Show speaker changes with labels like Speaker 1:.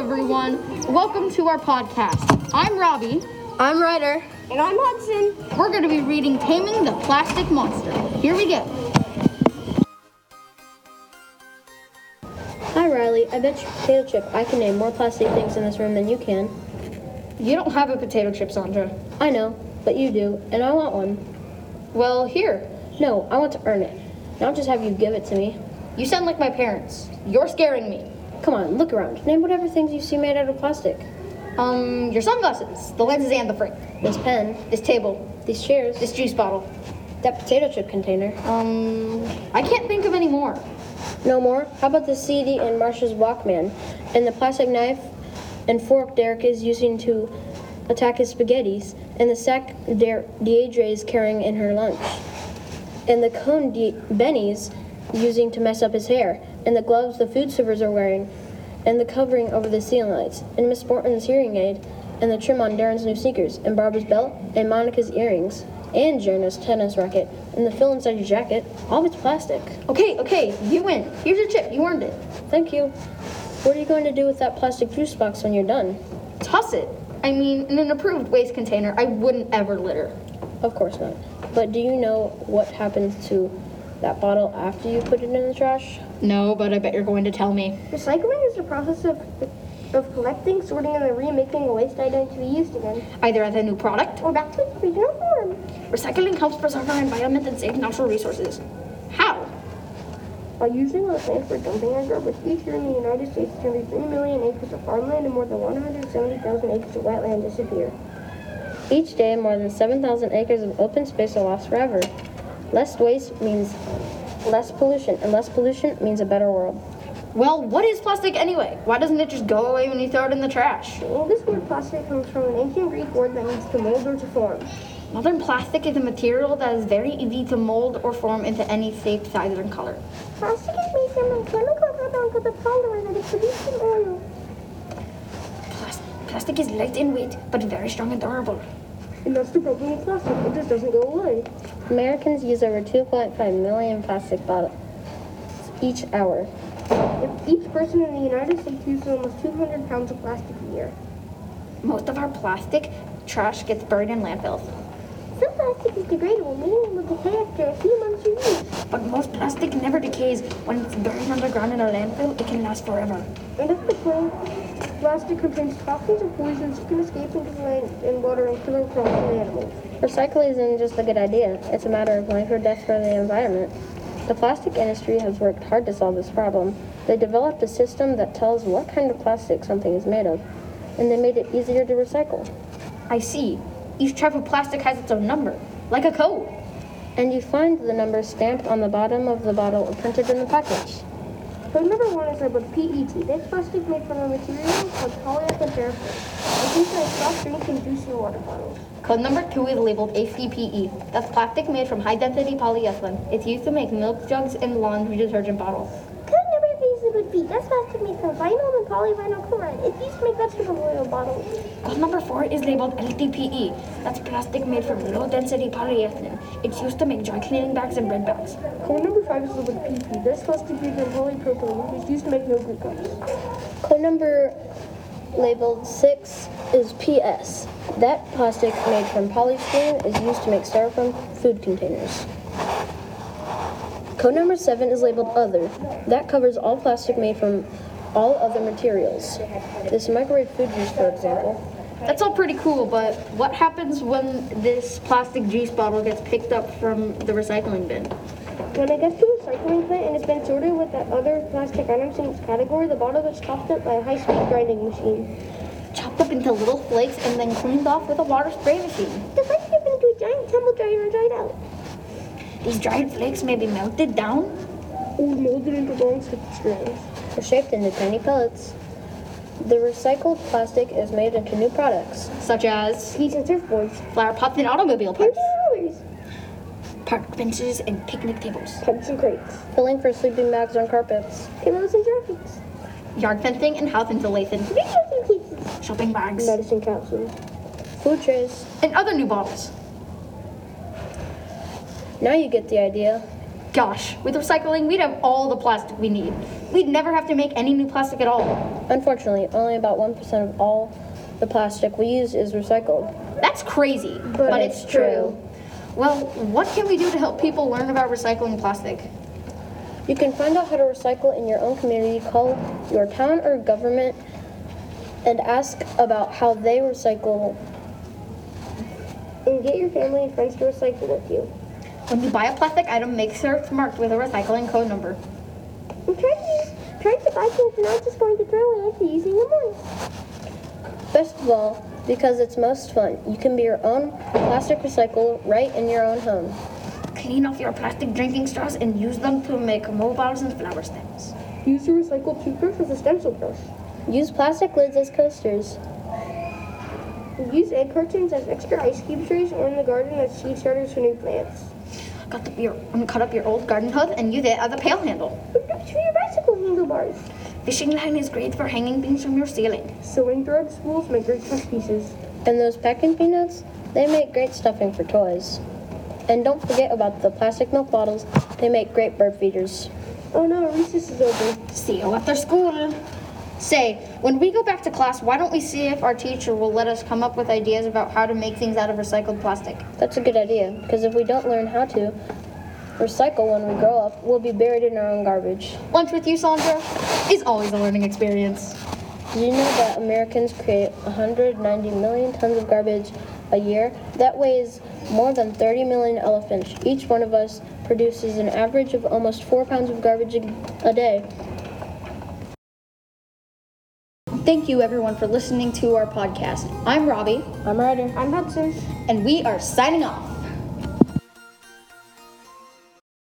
Speaker 1: everyone. Welcome to our podcast. I'm Robbie.
Speaker 2: I'm Ryder.
Speaker 3: And I'm Hudson.
Speaker 1: We're going to be reading Taming the Plastic Monster. Here we go.
Speaker 2: Hi, Riley. I bet you potato chip I can name more plastic things in this room than you can.
Speaker 4: You don't have a potato chip, Sandra.
Speaker 2: I know, but you do, and I want one.
Speaker 4: Well, here.
Speaker 2: No, I want to earn it. Not just have you give it to me.
Speaker 4: You sound like my parents. You're scaring me.
Speaker 2: Come on, look around. Name whatever things you see made out of plastic.
Speaker 4: Um, your sunglasses, the lenses and the frame,
Speaker 2: This pen,
Speaker 4: this table,
Speaker 2: these chairs,
Speaker 4: this juice bottle.
Speaker 2: that potato chip container.
Speaker 4: Um, I can't think of any more.
Speaker 2: No more? How about the CD in Marsha's Walkman, and the plastic knife and fork Derek is using to attack his spaghettis, and the sack Der- Deidre is carrying in her lunch, and the cone De- Benny's using to mess up his hair, and the gloves the food servers are wearing, and the covering over the ceiling lights, and Miss Borton's hearing aid, and the trim on Darren's new sneakers, and Barbara's belt, and Monica's earrings, and Jonah's tennis racket, and the fill inside your jacket. All of it's plastic.
Speaker 4: Okay, okay, you win. Here's your chip. You earned it.
Speaker 2: Thank you. What are you going to do with that plastic juice box when you're done?
Speaker 4: Toss it. I mean, in an approved waste container, I wouldn't ever litter.
Speaker 2: Of course not. But do you know what happens to that bottle after you put it in the trash?
Speaker 4: No, but I bet you're going to tell me.
Speaker 3: Recycling is the process of, of collecting, sorting, and then remaking a waste item to be used again,
Speaker 4: Either as a new product,
Speaker 3: or back to its original form.
Speaker 4: recycling helps preserve our environment and save natural resources. How?
Speaker 3: By using our land for dumping our garbage, each year in the United States, 33 million acres of farmland and more than 170,000 acres of wetland disappear.
Speaker 2: Each day, more than 7,000 acres of open space are lost forever. Less waste means less pollution, and less pollution means a better world.
Speaker 4: Well, what is plastic anyway? Why doesn't it just go away when you throw it in the trash?
Speaker 3: Well, this word plastic comes from an ancient Greek word that means to mold or to form.
Speaker 4: Modern plastic is a material that is very easy to mold or form into any shape, size, and color.
Speaker 3: Plastic is made from a chemical compound called the polymer that is produced in oil.
Speaker 4: Plas- Plastic is light in weight, but very strong and durable.
Speaker 3: And that's the problem with plastic, it just doesn't go away.
Speaker 2: Americans use over 2.5 million plastic bottles each hour.
Speaker 3: If each person in the United States uses almost 200 pounds of plastic a year.
Speaker 4: Most of our plastic trash gets buried in landfills,
Speaker 3: Some plastic is degradable, meaning it will decay after a few months of use.
Speaker 4: but most plastic never decays. When it's buried underground in a landfill, it can last forever.
Speaker 3: And if the plant, plastic contains toxins or poisons, it can escape into the land and water and kill crops and animals.
Speaker 2: Recycling isn't just a good idea, it's a matter of life or death for the environment. The plastic industry has worked hard to solve this problem. They developed a system that tells what kind of plastic something is made of, and they made it easier to recycle.
Speaker 4: I see. Each type of plastic has its own number, like a code.
Speaker 2: And you find the number stamped on the bottom of the bottle or printed in the package.
Speaker 3: But number one is about PET. This plastic made from a material called polyethylene paraffin. It's used as soft drink and juice in water bottles.
Speaker 4: Code number two is labeled ACPE. E. That's plastic made from high density polyethylene. It's used to make milk jugs and laundry detergent bottles.
Speaker 3: Code number three is about B. That's plastic made from vinyl and polyvinyl chloride. It's used to make vegetable oil bottles.
Speaker 4: Code number four is labeled LDPE. E. That's plastic made from low density polyethylene. It's used to make dry cleaning bags and bread bags.
Speaker 3: Code number five is liquid PP. This plastic made from polypropylene, which is used to make yogurt cups.
Speaker 2: Code number labeled 6 is PS. That plastic made from polystyrene is used to make styrofoam food containers. Code number 7 is labeled Other. That covers all plastic made from all other materials. This microwave food juice, for example.
Speaker 4: That's all pretty cool, but what happens when this plastic juice bottle gets picked up from the recycling bin?
Speaker 3: When it gets to a recycling plant and it's been sorted with the other plastic items in its category, the bottle gets chopped up by a high-speed grinding machine.
Speaker 4: Chopped up into little flakes and then cleaned off with a water spray machine.
Speaker 3: The plastic gets into a giant tumble dryer and dried out.
Speaker 4: These dried flakes may be melted down.
Speaker 3: Or molded into long stick strands.
Speaker 2: are shaped into tiny pellets. The recycled plastic is made into new products.
Speaker 4: Such as
Speaker 3: Skis and surfboards.
Speaker 4: flower pots and automobile
Speaker 3: And
Speaker 4: parts,
Speaker 3: rollers.
Speaker 4: park benches and picnic tables,
Speaker 3: Pumps and crates.
Speaker 2: Filling for sleeping bags on carpets.
Speaker 3: Pillows and graphics.
Speaker 4: yard fencing and house insulation,
Speaker 3: Pictures and cases.
Speaker 4: shopping bags,
Speaker 3: Medicine capsules.
Speaker 2: Food trays.
Speaker 4: and other new bottles.
Speaker 2: Now you get the idea.
Speaker 4: Gosh, with recycling, we'd have all the plastic we need. We'd never have to make any new plastic at all.
Speaker 2: Unfortunately, only about 1% of all the plastic we use is recycled.
Speaker 4: That's crazy, but, it's,
Speaker 2: it's
Speaker 4: true.
Speaker 2: true.
Speaker 4: Well, what can we do to help people learn about recycling plastic?
Speaker 2: You can find out how to recycle in your own community, call your town or government, and ask about how they recycle.
Speaker 3: And get your family and friends to recycle with you.
Speaker 4: When you buy a plastic item, make sure it's marked with a recycling code number.
Speaker 3: I'm trying to, use, trying to buy things and not just going to throw away after using them once.
Speaker 2: Best of all, because it's most fun, you can be your own plastic recycler right in your own home.
Speaker 4: Clean off your plastic drinking straws and use them to make mobiles and flower stems.
Speaker 3: Use a recycled toothbrush as a stencil brush.
Speaker 2: Use plastic lids as coasters.
Speaker 3: Use egg cartons as extra ice cube trays or in the garden as seed starters for new plants.
Speaker 4: Cut up your, um, cut up your old garden hose and use it as a pail handle.
Speaker 3: Hook ups for your bicycle handlebars.
Speaker 4: Fishing line is great for hanging things from your ceiling.
Speaker 3: Sewing thread spools make great chess pieces.
Speaker 2: And those pecking peanuts, they make great stuffing for toys. And don't forget about the plastic milk bottles, they make great bird feeders.
Speaker 3: Oh no, recess is over.
Speaker 4: See you after school. Say, when we go back to class, why don't we see if our teacher will let us come up with ideas about how to make things out of recycled plastic?
Speaker 2: That's a good idea, because if we don't learn how to recycle when we grow up, we'll be buried in our own garbage.
Speaker 4: Lunch with you, Sandra, is always a learning experience.
Speaker 2: Did you know that Americans create 190 million tons of garbage a year? That weighs more than 30 million elephants. Each one of us produces an average of almost 4 pounds of garbage a- a day.
Speaker 1: Thank you, everyone, for listening to our podcast. I'm Robbie,
Speaker 2: I'm Ryder.
Speaker 3: I'm Hudson.
Speaker 1: and we are signing off.